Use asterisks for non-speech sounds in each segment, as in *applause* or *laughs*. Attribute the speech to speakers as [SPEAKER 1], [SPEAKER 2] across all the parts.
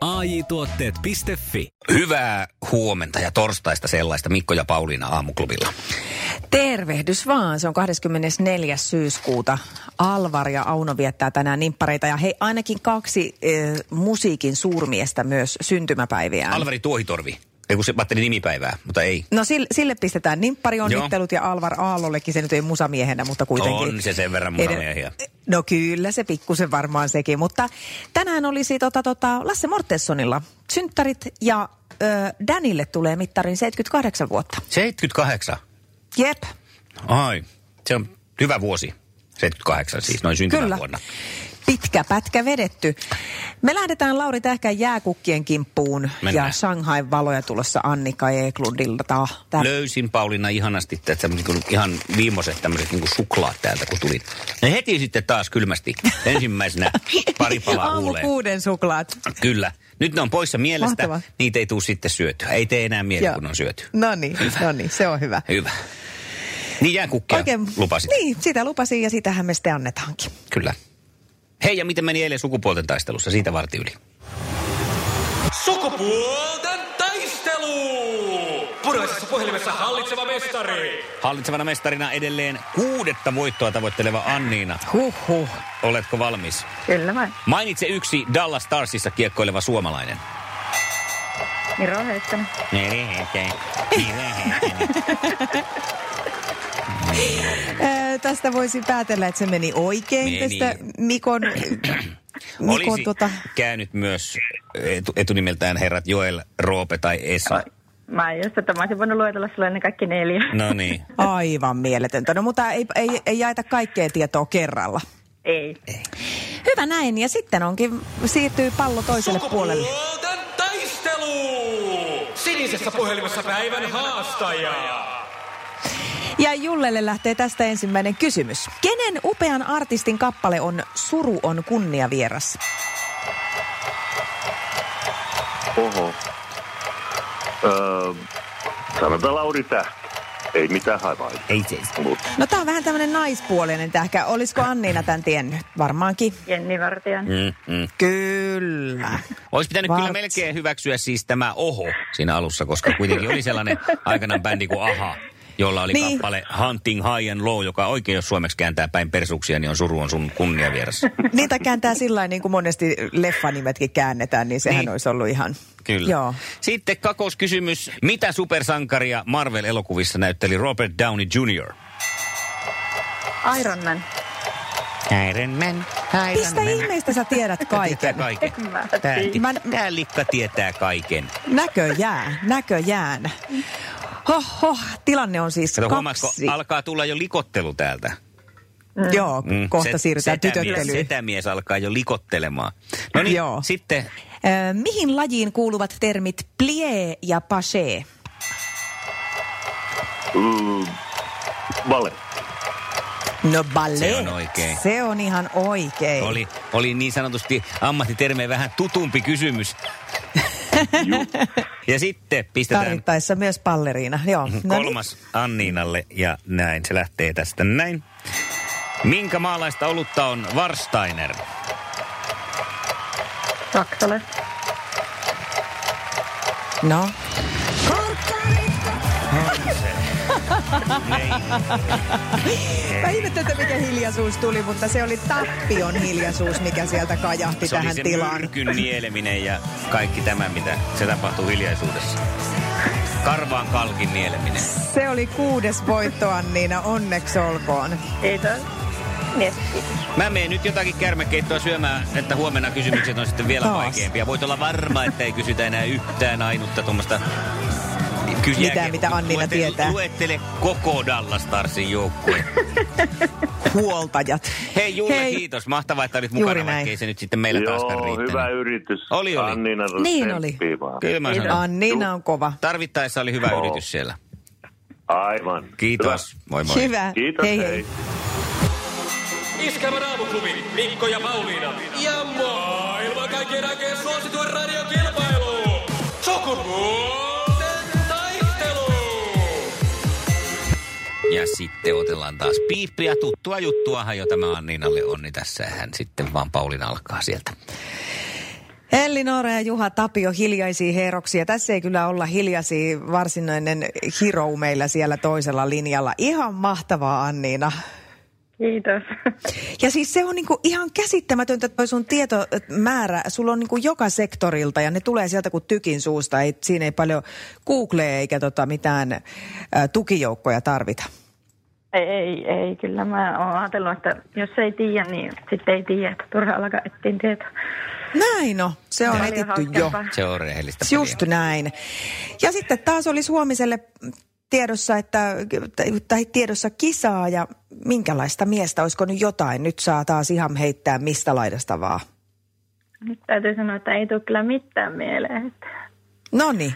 [SPEAKER 1] AJ Tuotteet.fi
[SPEAKER 2] Hyvää huomenta ja torstaista sellaista Mikko ja Pauliina aamuklubilla.
[SPEAKER 3] Tervehdys vaan. Se on 24. syyskuuta. Alvar ja Auno viettää tänään nimppareita. Ja hei, ainakin kaksi eh, musiikin suurmiestä myös syntymäpäiviään.
[SPEAKER 2] Alvari Tuohitorvi. Ei kun se mä ajattelin nimipäivää, mutta ei.
[SPEAKER 3] no sille, sille pistetään nimpparionnittelut ja Alvar Aallollekin. Se nyt ei musamiehenä, mutta kuitenkin.
[SPEAKER 2] On se sen verran musamiehiä.
[SPEAKER 3] Eden- No kyllä, se pikkusen varmaan sekin. Mutta tänään olisi tota, tota, Lasse Mortessonilla synttärit ja ö, Danille tulee mittarin 78 vuotta.
[SPEAKER 2] 78.
[SPEAKER 3] Jep,
[SPEAKER 2] Ai, se on hyvä vuosi. 78 siis, noin syntymävuonna.
[SPEAKER 3] Pitkä pätkä vedetty. Me lähdetään Lauri Tähkän jääkukkien kimppuun
[SPEAKER 2] Mennään.
[SPEAKER 3] ja Shanghain valoja tulossa Annika Eklundilta. Tää-
[SPEAKER 2] Löysin Pauliina ihanasti tä- tämmöset, niinku ihan viimoiset tämmöiset niin suklaat täältä, kun tuli. Ne heti sitten taas
[SPEAKER 3] *laughs*
[SPEAKER 2] kylmästi. Ensimmäisenä pari palaa
[SPEAKER 3] Aamu
[SPEAKER 2] huuleen.
[SPEAKER 3] kuuden suklaat.
[SPEAKER 2] Kyllä. Nyt ne on poissa mielestä.
[SPEAKER 3] Mahtavaa.
[SPEAKER 2] Niitä ei tule sitten syötyä. Ei tee enää mieli, kun on syöty.
[SPEAKER 3] No niin, no niin, se on hyvä.
[SPEAKER 2] Hyvä. Niin jääkukkia lupasit.
[SPEAKER 3] Niin, sitä lupasin ja sitähän me sitten annetaankin.
[SPEAKER 2] Kyllä. Hei, ja miten meni eilen sukupuolten taistelussa? Siitä varti yli.
[SPEAKER 4] Sukupuolten taistelu! Puraisessa puhelimessa hallitseva mestari.
[SPEAKER 2] Hallitsevana mestarina edelleen kuudetta voittoa tavoitteleva Anniina.
[SPEAKER 3] Huhhuh.
[SPEAKER 2] Oletko valmis?
[SPEAKER 5] Kyllä vain.
[SPEAKER 2] Mainitse yksi Dallas Starsissa kiekkoileva suomalainen.
[SPEAKER 5] Miro Heittänen.
[SPEAKER 2] Niin,
[SPEAKER 3] Öö, tästä voisi päätellä, että se meni oikein
[SPEAKER 2] Meni.
[SPEAKER 3] tästä Mikon...
[SPEAKER 2] *clears throat*
[SPEAKER 3] Mikon
[SPEAKER 2] Olisi
[SPEAKER 3] tota,
[SPEAKER 2] käynyt myös etu, etunimeltään herrat Joel, Roope tai Esa.
[SPEAKER 5] Mä just, että mä olisin voinut luetella sulle ne kaikki neljä.
[SPEAKER 2] No niin.
[SPEAKER 3] aivan mieletöntä. No mutta ei, ei, ei jaeta kaikkea tietoa kerralla.
[SPEAKER 5] Ei.
[SPEAKER 3] Hyvä näin, ja sitten onkin, siirtyy pallo toiselle puolelle.
[SPEAKER 4] Sukupuolten taistelu! Sinisessä puhelimessa päivän haastaja.
[SPEAKER 3] Ja Jullelle lähtee tästä ensimmäinen kysymys. Kenen upean artistin kappale on Suru on kunnia vieras?
[SPEAKER 6] Oho. Öö, sanotaan Lauri Tähkä. Ei mitään havaita.
[SPEAKER 2] Ei se.
[SPEAKER 6] Mut
[SPEAKER 3] No tää on vähän tämmönen naispuolinen tähkä. Olisiko Anniina tän tiennyt? Varmaankin.
[SPEAKER 5] Jenni Vartijan.
[SPEAKER 2] Mm, mm.
[SPEAKER 3] Kyllä.
[SPEAKER 2] Olisi pitänyt Vart. kyllä
[SPEAKER 3] Varts.
[SPEAKER 2] melkein hyväksyä siis tämä Oho siinä alussa, koska kuitenkin oli sellainen aikanaan bändi kuin Aha, jolla oli niin.
[SPEAKER 3] Niin.
[SPEAKER 2] kappale Hunting High and Low, joka oikein jos suomeksi kääntää päin persuksia, niin on suru on sun kunnia vieressä.
[SPEAKER 3] Niitä kääntää sillä lailla, niin kuin monesti leffanimetkin käännetään, niin sehän
[SPEAKER 2] Niin.
[SPEAKER 3] niin. olisi ollut ihan...
[SPEAKER 2] Kyllä.
[SPEAKER 3] Joo.
[SPEAKER 2] Sitten kakoskysymys. Mitä supersankaria Marvel-elokuvissa näytteli Robert Downey Jr.?
[SPEAKER 5] Iron Man.
[SPEAKER 2] Iron Man,
[SPEAKER 3] Mistä ihmeistä sä tiedät
[SPEAKER 2] Tietää
[SPEAKER 3] kaiken?
[SPEAKER 2] kaiken.
[SPEAKER 5] Mä-
[SPEAKER 2] Tää,
[SPEAKER 3] Mä-
[SPEAKER 2] tää likka tietää kaiken.
[SPEAKER 3] Näköjään, näköjään. Hoho, tilanne on siis
[SPEAKER 2] Kato, huomaatko,
[SPEAKER 3] kaksi.
[SPEAKER 2] alkaa tulla jo likottelu täältä.
[SPEAKER 3] Joo,
[SPEAKER 2] Mm,
[SPEAKER 3] kohta
[SPEAKER 2] se-
[SPEAKER 3] siirrytään
[SPEAKER 2] Mies,
[SPEAKER 3] tytöttelyyn.
[SPEAKER 2] setämies alkaa jo likottelemaan. No niin,
[SPEAKER 3] Joo.
[SPEAKER 2] sitten
[SPEAKER 3] Ö, mihin lajiin kuuluvat termit plie ja paché?
[SPEAKER 6] mm, vale.
[SPEAKER 3] No ballet.
[SPEAKER 2] Se on oikein.
[SPEAKER 3] Se on ihan oikein.
[SPEAKER 2] oli, oli niin sanotusti ammattitermeen vähän tutumpi
[SPEAKER 3] *laughs*
[SPEAKER 2] kysymys. ja sitten pistetään
[SPEAKER 3] Tarvittaessa myös palleriina, joo.
[SPEAKER 2] Mhm,
[SPEAKER 3] No niin.
[SPEAKER 2] kolmas Anniinalle ja näin. Se lähtee tästä näin. Minkä maalaista olutta on
[SPEAKER 3] *laughs*
[SPEAKER 2] Warsteiner?
[SPEAKER 5] Saksala.
[SPEAKER 3] No, mä ihmettelen, että mikä hiljaisuus tuli, mutta se oli tappion hiljaisuus, mikä sieltä kajahti
[SPEAKER 2] se oli
[SPEAKER 3] tähän
[SPEAKER 2] se
[SPEAKER 3] tilaan.
[SPEAKER 2] myrkyn nieleminen ja kaikki tämä, mitä se tapahtuu hiljaisuudessa. Karvaan kalkin nieleminen.
[SPEAKER 3] Se oli kuudes voitto, Anniina, onneksi olkoon.
[SPEAKER 5] Kiitos. Mietti.
[SPEAKER 2] Mä menen nyt jotakin kärmäkeittoa syömään, että huomenna kysymykset on sitten vielä
[SPEAKER 3] Taas.
[SPEAKER 2] vaikeampia. Voit olla varma, että ei kysytä enää yhtään ainutta tuommoista... Ky-
[SPEAKER 3] Mitä,
[SPEAKER 2] jääkiekko-
[SPEAKER 3] mitä Annina
[SPEAKER 2] luettele-
[SPEAKER 3] tietää.
[SPEAKER 2] Luettele koko Dallas Starsin joukkue.
[SPEAKER 3] Huoltajat.
[SPEAKER 2] Hei Julle,
[SPEAKER 3] Hei.
[SPEAKER 2] kiitos. Mahtavaa, että olit
[SPEAKER 3] Juuri
[SPEAKER 2] mukana,
[SPEAKER 3] näin.
[SPEAKER 2] vaikkei se nyt sitten meillä taaskaan
[SPEAKER 6] Joo,
[SPEAKER 2] riittänyt.
[SPEAKER 6] hyvä yritys.
[SPEAKER 2] Oli, oli.
[SPEAKER 6] Annina,
[SPEAKER 3] Niin oli.
[SPEAKER 6] tsemppiä vaan.
[SPEAKER 2] Kyllä mä sanon.
[SPEAKER 3] Anniina on kova.
[SPEAKER 2] Tarvittaessa oli hyvä
[SPEAKER 6] Joo.
[SPEAKER 2] yritys siellä.
[SPEAKER 6] Aivan.
[SPEAKER 2] Kiitos. Moi moi.
[SPEAKER 6] Hyvä.
[SPEAKER 3] Hyvä.
[SPEAKER 6] Kiitos,
[SPEAKER 3] hei,
[SPEAKER 6] hei.
[SPEAKER 3] hei.
[SPEAKER 4] Iskävä raamuklubi, Mikko ja Pauliina. Ja maailman kaikkien aikeen suosituen radiokilpailu. Sukupuolten taistelu.
[SPEAKER 2] Ja sitten otellaan taas piippiä, tuttua juttuahan, jota mä Anniinalle onni tässä. ja Hän sitten vaan Paulin alkaa sieltä.
[SPEAKER 3] Elli Noora ja Juha Tapio hiljaisia heroksia. Tässä ei kyllä olla hiljaisia varsinainen hero meillä siellä toisella linjalla. Ihan mahtavaa Anniina.
[SPEAKER 5] Kiitos. *laughs*
[SPEAKER 3] Ja siis se on niinku ihan käsittämätöntä toi sun tietomäärä. Sulla on niinku joka sektorilta ja ne tulee sieltä kuin tykin suusta. Ei, siinä ei paljon Googlea eikä tota mitään ä, tukijoukkoja tarvita.
[SPEAKER 5] Ei, ei, ei, kyllä mä oon ajatellut, että jos ei tiedä, niin sitten ei tiedä, että turha alkaa etsiä tietoa.
[SPEAKER 3] Näin no, se on
[SPEAKER 5] Paljon
[SPEAKER 3] etitty jo.
[SPEAKER 5] hauskempaa.
[SPEAKER 2] Se on rehellistä.
[SPEAKER 3] Just näin. Ja sitten taas oli Suomiselle tiedossa, että, tai tiedossa kisaa ja minkälaista miestä, olisiko nyt jotain? Nyt saa taas ihan heittää mistä laidasta vaan.
[SPEAKER 5] Nyt täytyy sanoa, että ei tule kyllä mitään mieleen. Että...
[SPEAKER 3] No niin.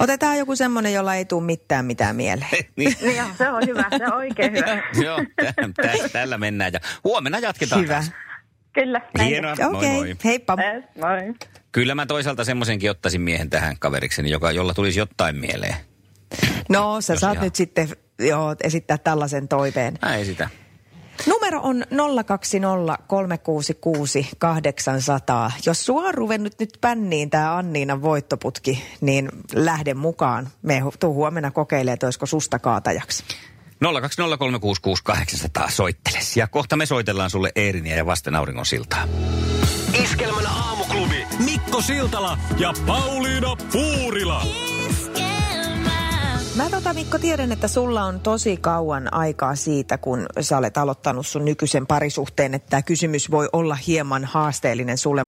[SPEAKER 3] Otetaan joku semmoinen, jolla ei tule mitään mitään mieleen.
[SPEAKER 2] niin,
[SPEAKER 5] Niin joo, se on hyvä, se on oikein hyvä.
[SPEAKER 2] *laughs* joo, tä- tä- tällä mennään ja huomenna jatketaan.
[SPEAKER 3] Hyvä.
[SPEAKER 2] taas.
[SPEAKER 5] Kyllä. näin.
[SPEAKER 2] Hienoa.
[SPEAKER 3] Okei,
[SPEAKER 2] Moi moi.
[SPEAKER 3] okay. heippa.
[SPEAKER 5] Yes, Moi.
[SPEAKER 2] Kyllä mä toisaalta semmoisenkin ottaisin miehen tähän kaverikseni, joka, jolla tulisi jotain mieleen.
[SPEAKER 3] No, sä
[SPEAKER 2] Jos
[SPEAKER 3] saat
[SPEAKER 2] ihan.
[SPEAKER 3] nyt sitten joo, esittää tällaisen toiveen.
[SPEAKER 2] Mä ei sitä.
[SPEAKER 3] Numero on 020366800. Jos sua on ruvennut nyt pänniin tämä Anniinan voittoputki, niin lähde mukaan. Me hu- tuu huomenna kokeilemaan, että olisiko susta kaatajaksi.
[SPEAKER 2] 020366800 soitteles. Ja kohta me soitellaan sulle Eeriniä ja vasten auringon siltaa.
[SPEAKER 4] Iskelmän aamuklubi.
[SPEAKER 1] Mikko Siltala ja
[SPEAKER 4] Pauliina Puurila.
[SPEAKER 3] Mä tota Mikko tiedän, että sulla on tosi kauan aikaa siitä, kun sä olet aloittanut sun nykyisen parisuhteen, että tämä kysymys voi olla hieman haasteellinen sulle.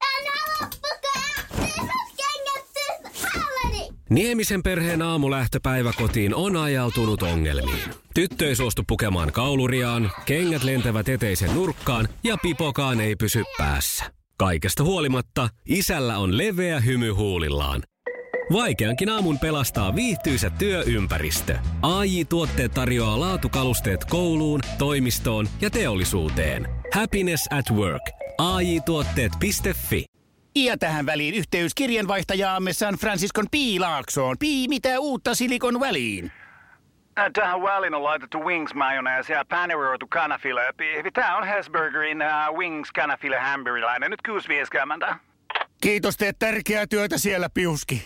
[SPEAKER 1] Niemisen perheen aamulähtöpäivä kotiin on ajautunut ongelmiin. Tyttö ei suostu pukemaan kauluriaan, kengät lentävät eteisen nurkkaan ja pipokaan ei pysy päässä. Kaikesta huolimatta, isällä on leveä hymy huulillaan. Vaikeankin aamun pelastaa viihtyisä työympäristö. AI Tuotteet tarjoaa laatukalusteet kouluun, toimistoon ja teollisuuteen. Happiness at work. AJ-tuotteet.fi
[SPEAKER 7] Ja tähän väliin yhteys kirjanvaihtajaamme San Franciscon P. Laaksoon. Pii, mitä uutta Silikon väliin?
[SPEAKER 8] Ä, Äh, Tähän väliin on laitettu wings mayonnaise ja paneroitu kanafila. Tämä on Hesburgerin uh, wings kanafila hamburilainen. Nyt kuusi vieskäämäntä.
[SPEAKER 7] Kiitos, teet tärkeää työtä siellä, Piuski.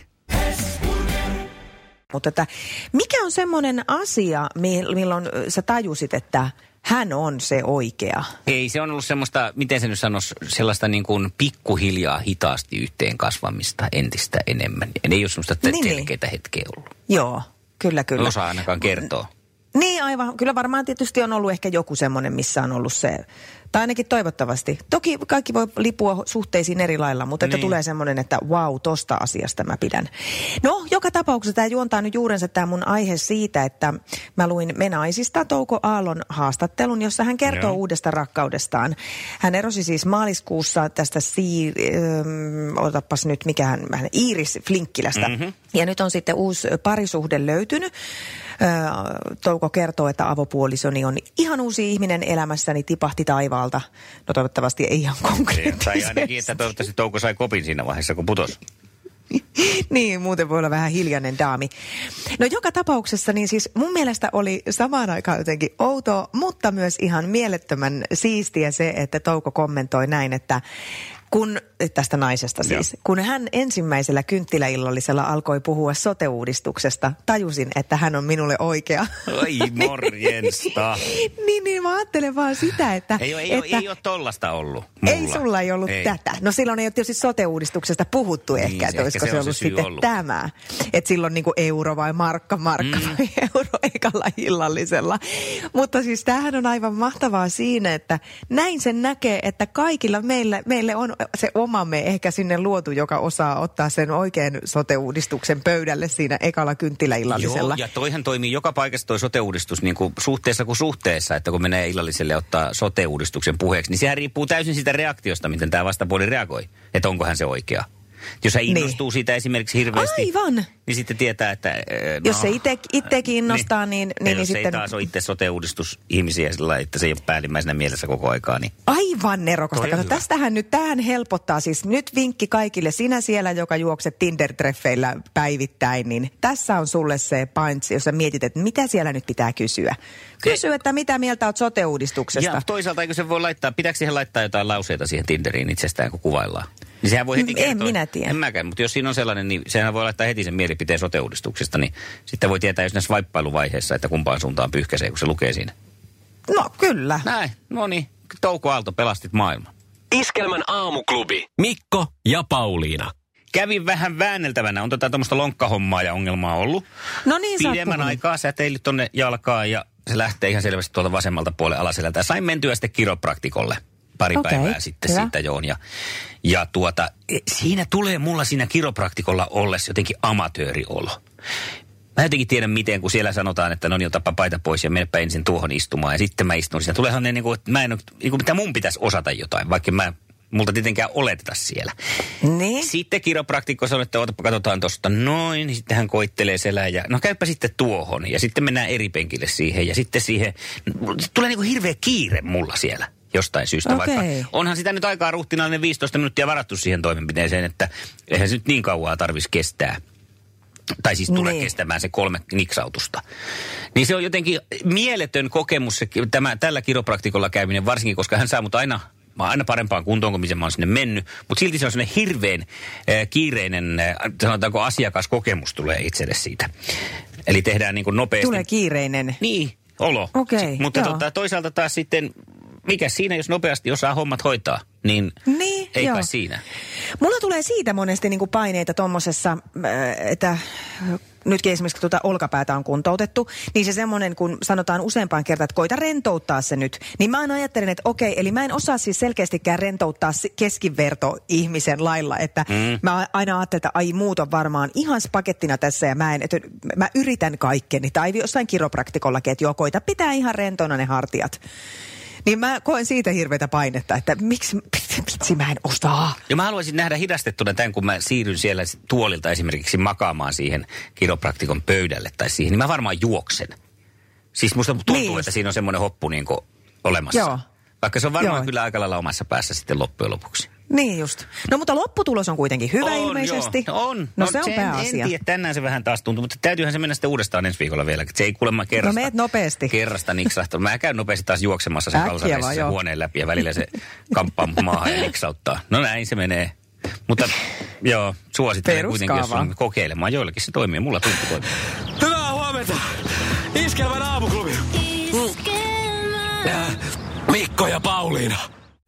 [SPEAKER 3] Mutta että mikä on semmoinen asia, mi- milloin ö, sä tajusit, että hän on se oikea?
[SPEAKER 2] Ei, se on ollut semmoista, miten se nyt sanoisi, sellaista niin kuin pikkuhiljaa hitaasti yhteen kasvamista entistä enemmän. Ja ne ei ole semmoista
[SPEAKER 3] Niin, niin.
[SPEAKER 2] niin, selkeitä hetkeä ollut.
[SPEAKER 3] Joo, kyllä kyllä.
[SPEAKER 2] Kyllä. Osaa ainakaan kertoa. *laughs*
[SPEAKER 3] Niin aivan, kyllä varmaan tietysti on ollut ehkä joku semmoinen, missä on ollut se, tai ainakin toivottavasti. Toki kaikki voi lipua suhteisiin eri lailla, mutta niin. että tulee semmoinen, että wow, tosta asiasta mä pidän. No, joka tapauksessa tämä juontaa nyt juurensa tämä mun aihe siitä, että mä luin Me naisista Touko Aallon haastattelun, jossa hän kertoo uudesta rakkaudestaan. Hän erosi siis maaliskuussa tästä Siir, ähm, otapas nyt mikä hän, hän Iiris Flinkkilästä. Mm-hmm. Ja nyt on sitten uusi parisuhde löytynyt. Öö, Touko kertoo, että avopuolisoni on ihan uusi ihminen elämässäni, tipahti taivaalta. No toivottavasti ei ihan
[SPEAKER 2] Tai ainakin, että
[SPEAKER 3] konkreettisesti.
[SPEAKER 2] toivottavasti Touko sai kopin siinä vaiheessa, kun putos.
[SPEAKER 3] *laughs* niin, muuten voi olla vähän hiljainen daami. No joka tapauksessa, niin siis mun mielestä oli samaan aikaan jotenkin outoa, mutta myös ihan mielettömän siistiä se, että Touko kommentoi näin, että kun, tästä naisesta siis, kun hän ensimmäisellä kynttiläillallisella alkoi puhua sote-uudistuksesta, tajusin, että hän on minulle
[SPEAKER 2] *laughs*
[SPEAKER 3] oikea.
[SPEAKER 2] Oi *laughs* morjesta.
[SPEAKER 3] *laughs* niin, niin mä ajattelen vaan sitä, että...
[SPEAKER 2] Ei ole, ei,
[SPEAKER 3] että
[SPEAKER 2] ole, ei ole tollasta ollut.
[SPEAKER 3] ei sulla ei ollut ei. tätä. No silloin ei ole tietysti sote-uudistuksesta puhuttu niin, ehkä,
[SPEAKER 2] se ehkä
[SPEAKER 3] että olisiko
[SPEAKER 2] se
[SPEAKER 3] se
[SPEAKER 2] on se
[SPEAKER 3] ollut
[SPEAKER 2] syy
[SPEAKER 3] sitten
[SPEAKER 2] ollut.
[SPEAKER 3] tämä. Että silloin niin euro vai markka, markka mm. vai *laughs* euro ekalla illallisella. Mutta siis tämähän on aivan mahtavaa siinä, että näin sen näkee, että kaikilla meillä, meille on se omamme ehkä sinne luotu, joka osaa ottaa sen oikean sote-uudistuksen pöydälle siinä ekalla kynttiläillallisella.
[SPEAKER 2] Joo, ja toihan toimii joka paikassa toi sote-uudistus niin kuin suhteessa kuin suhteessa, että kun menee illalliselle ja ottaa sote-uudistuksen puheeksi, niin sehän riippuu täysin siitä reaktiosta, miten tämä vastapuoli reagoi, että onko hän se oikea. Jos hän innostuu niin. siitä esimerkiksi hirveästi,
[SPEAKER 3] Aivan.
[SPEAKER 2] niin sitten tietää, että... eh, No,
[SPEAKER 3] Jos se ite, ittekin innostaa, niin, niin, niin,
[SPEAKER 2] jos se ei
[SPEAKER 3] sitten...
[SPEAKER 2] taas ole itse sote-uudistusihmisiä sillä lailla, että se ei ole päällimmäisenä mielessä koko aikaa, niin
[SPEAKER 3] Aivan nerokasta.
[SPEAKER 2] Toi on
[SPEAKER 3] Kato,
[SPEAKER 2] hyvä.
[SPEAKER 3] tästähän nyt, tähän helpottaa siis. Nyt vinkki kaikille, sinä siellä, joka juokset Tinder-treffeillä päivittäin, niin tässä on sulle se pints, jossa mietit, että mitä siellä nyt pitää kysyä. Kysy, että mitä mieltä oot sote-uudistuksesta.
[SPEAKER 2] Ja toisaalta eikö se voi laittaa, pitääkö siihen laittaa jotain lauseita siihen Tinderiin itsestään, kun kuvaillaan? Niin sehän voi heti
[SPEAKER 3] Mm, en
[SPEAKER 2] kertoa.
[SPEAKER 3] minä tiedä.
[SPEAKER 2] En mäkään, mutta jos siinä on sellainen, niin sehän voi laittaa heti sen mielipiteen sote-uudistuksesta, niin sitten voi tietää jo siinä swippailuvaiheessa, että kumpaan suuntaan pyyhkäisee, kun se lukee siinä.
[SPEAKER 3] No kyllä.
[SPEAKER 2] Näin, no niin. Touko Aalto, pelastit maailman.
[SPEAKER 4] Iskelmän aamuklubi.
[SPEAKER 1] Mikko ja Pauliina.
[SPEAKER 2] Kävin vähän väänneltävänä, on tätä tuommoista lonkkahommaa ja ongelmaa ollut.
[SPEAKER 3] No niin, sä oot
[SPEAKER 2] Pidemmän
[SPEAKER 3] puhunut.
[SPEAKER 2] aikaa säteilyt tonne jalkaan ja se lähtee ihan selvästi tuolta vasemmalta puolelle alaselältä. Sain mentyä sitten kiropraktikolle pari
[SPEAKER 3] Okei,
[SPEAKER 2] päivää sitten
[SPEAKER 3] hyvä.
[SPEAKER 2] siitä joon. Ja, ja tuota, e, siinä tulee mulla siinä kiropraktikolla ollessa jotenkin amatööriolo. Mä jotenkin tiedän miten, kun siellä sanotaan, että no niin, otapa paita pois ja menepä ensin tuohon istumaan. Ja sitten mä istun siinä. Tuleehan ne, niin kuin, että mä en, oo- niin kuin, mitä mun pitäisi osata jotain, vaikka mä multa tietenkään oleteta siellä.
[SPEAKER 3] Niin.
[SPEAKER 2] Sitten kiropraktikko sanoi, että ootapa, katsotaan tuosta noin. Sitten hän koittelee selää ja no käypä sitten tuohon. Ja sitten mennään eri penkille siihen ja sitten siihen. Tulee niin kuin hirveä kiire mulla siellä jostain syystä.
[SPEAKER 3] Okei.
[SPEAKER 2] Vaikka onhan sitä nyt aikaa ruhtinainen 15 minuuttia varattu siihen toimenpiteeseen, että eihän se nyt niin kauaa tarvitsisi kestää. Tai siis tulee
[SPEAKER 3] Niin.
[SPEAKER 2] kestämään se kolme niksautusta. Niin se on jotenkin mieletön kokemus se, ki- tämä, tällä kiropraktikolla käyminen, varsinkin koska hän saa mut aina, mä oon aina parempaan kuntoon kuin missä mä oon sinne mennyt. Mutta silti se on sellainen hirveän eh, kiireinen, eh, sanotaanko asiakaskokemus tulee itselle siitä. Eli tehdään niin kuin nopeasti.
[SPEAKER 3] Tulee kiireinen.
[SPEAKER 2] Niin, olo.
[SPEAKER 3] Okei,
[SPEAKER 2] Si- Mutta
[SPEAKER 3] joo.
[SPEAKER 2] tota, toisaalta taas sitten, mikä siinä, jos nopeasti osaa hommat hoitaa, niin,
[SPEAKER 3] Niin,
[SPEAKER 2] ei
[SPEAKER 3] joo.
[SPEAKER 2] kai siinä.
[SPEAKER 3] Mulla tulee siitä monesti niinku paineita tuommoisessa, että äh, nytkin esimerkiksi kun tuota olkapäätä on kuntoutettu, niin se semmoinen, kun sanotaan useampaan kertaan, että koita rentouttaa se nyt, niin mä aina ajattelen, että okei, eli mä en osaa siis selkeästikään rentouttaa se- keskiverto ihmisen lailla, että mm. mä aina ajattelen, että ai muut on varmaan ihan spakettina tässä ja mä, en, että mä yritän kaikkeni, tai jossain kiropraktikollakin, että joo, koita pitää ihan rentona ne hartiat. Niin mä koen siitä hirveätä painetta, että miksi, *laughs* vitsi mä en osaa.
[SPEAKER 2] Ja mä haluaisin nähdä hidastettuna tämän, kun mä siirryn siellä tuolilta esimerkiksi makaamaan siihen kiropraktikon pöydälle tai siihen, niin mä varmaan juoksen. Siis musta tuntuu, niin.
[SPEAKER 3] Niin.
[SPEAKER 2] että siinä on semmoinen hoppu niin kuin olemassa.
[SPEAKER 3] Joo.
[SPEAKER 2] Vaikka se on varmaan
[SPEAKER 3] Joo.
[SPEAKER 2] kyllä aika lailla omassa päässä sitten loppujen lopuksi.
[SPEAKER 3] Niin just. No mutta lopputulos on kuitenkin hyvä
[SPEAKER 2] on,
[SPEAKER 3] ilmeisesti.
[SPEAKER 2] Joo. On.
[SPEAKER 3] No se on
[SPEAKER 2] sen
[SPEAKER 3] pääasia.
[SPEAKER 2] En tiedä, tänään se vähän taas tuntuu, mutta täytyyhän se mennä sitten uudestaan ensi viikolla vielä. että Se ei kuulemma kerrasta.
[SPEAKER 3] No meet nopeasti.
[SPEAKER 2] Kerrasta niksahtanut. Mä käyn nopeasti taas juoksemassa sen
[SPEAKER 3] Äkkiä
[SPEAKER 2] kalsareissa
[SPEAKER 3] vaan,
[SPEAKER 2] sen
[SPEAKER 3] joo.
[SPEAKER 2] huoneen läpi ja välillä se kamppaa mut maahan ja niksauttaa. No näin se menee. Mutta joo, suosittelen kuitenkin, jos
[SPEAKER 3] Peruskaava.
[SPEAKER 2] on kokeilemaan. Joillekin se toimii, mulla tuntuu toimii.
[SPEAKER 4] Hyvää huomenta. Iskelmän aamuklubi. Äh, Mikko ja Pauliina.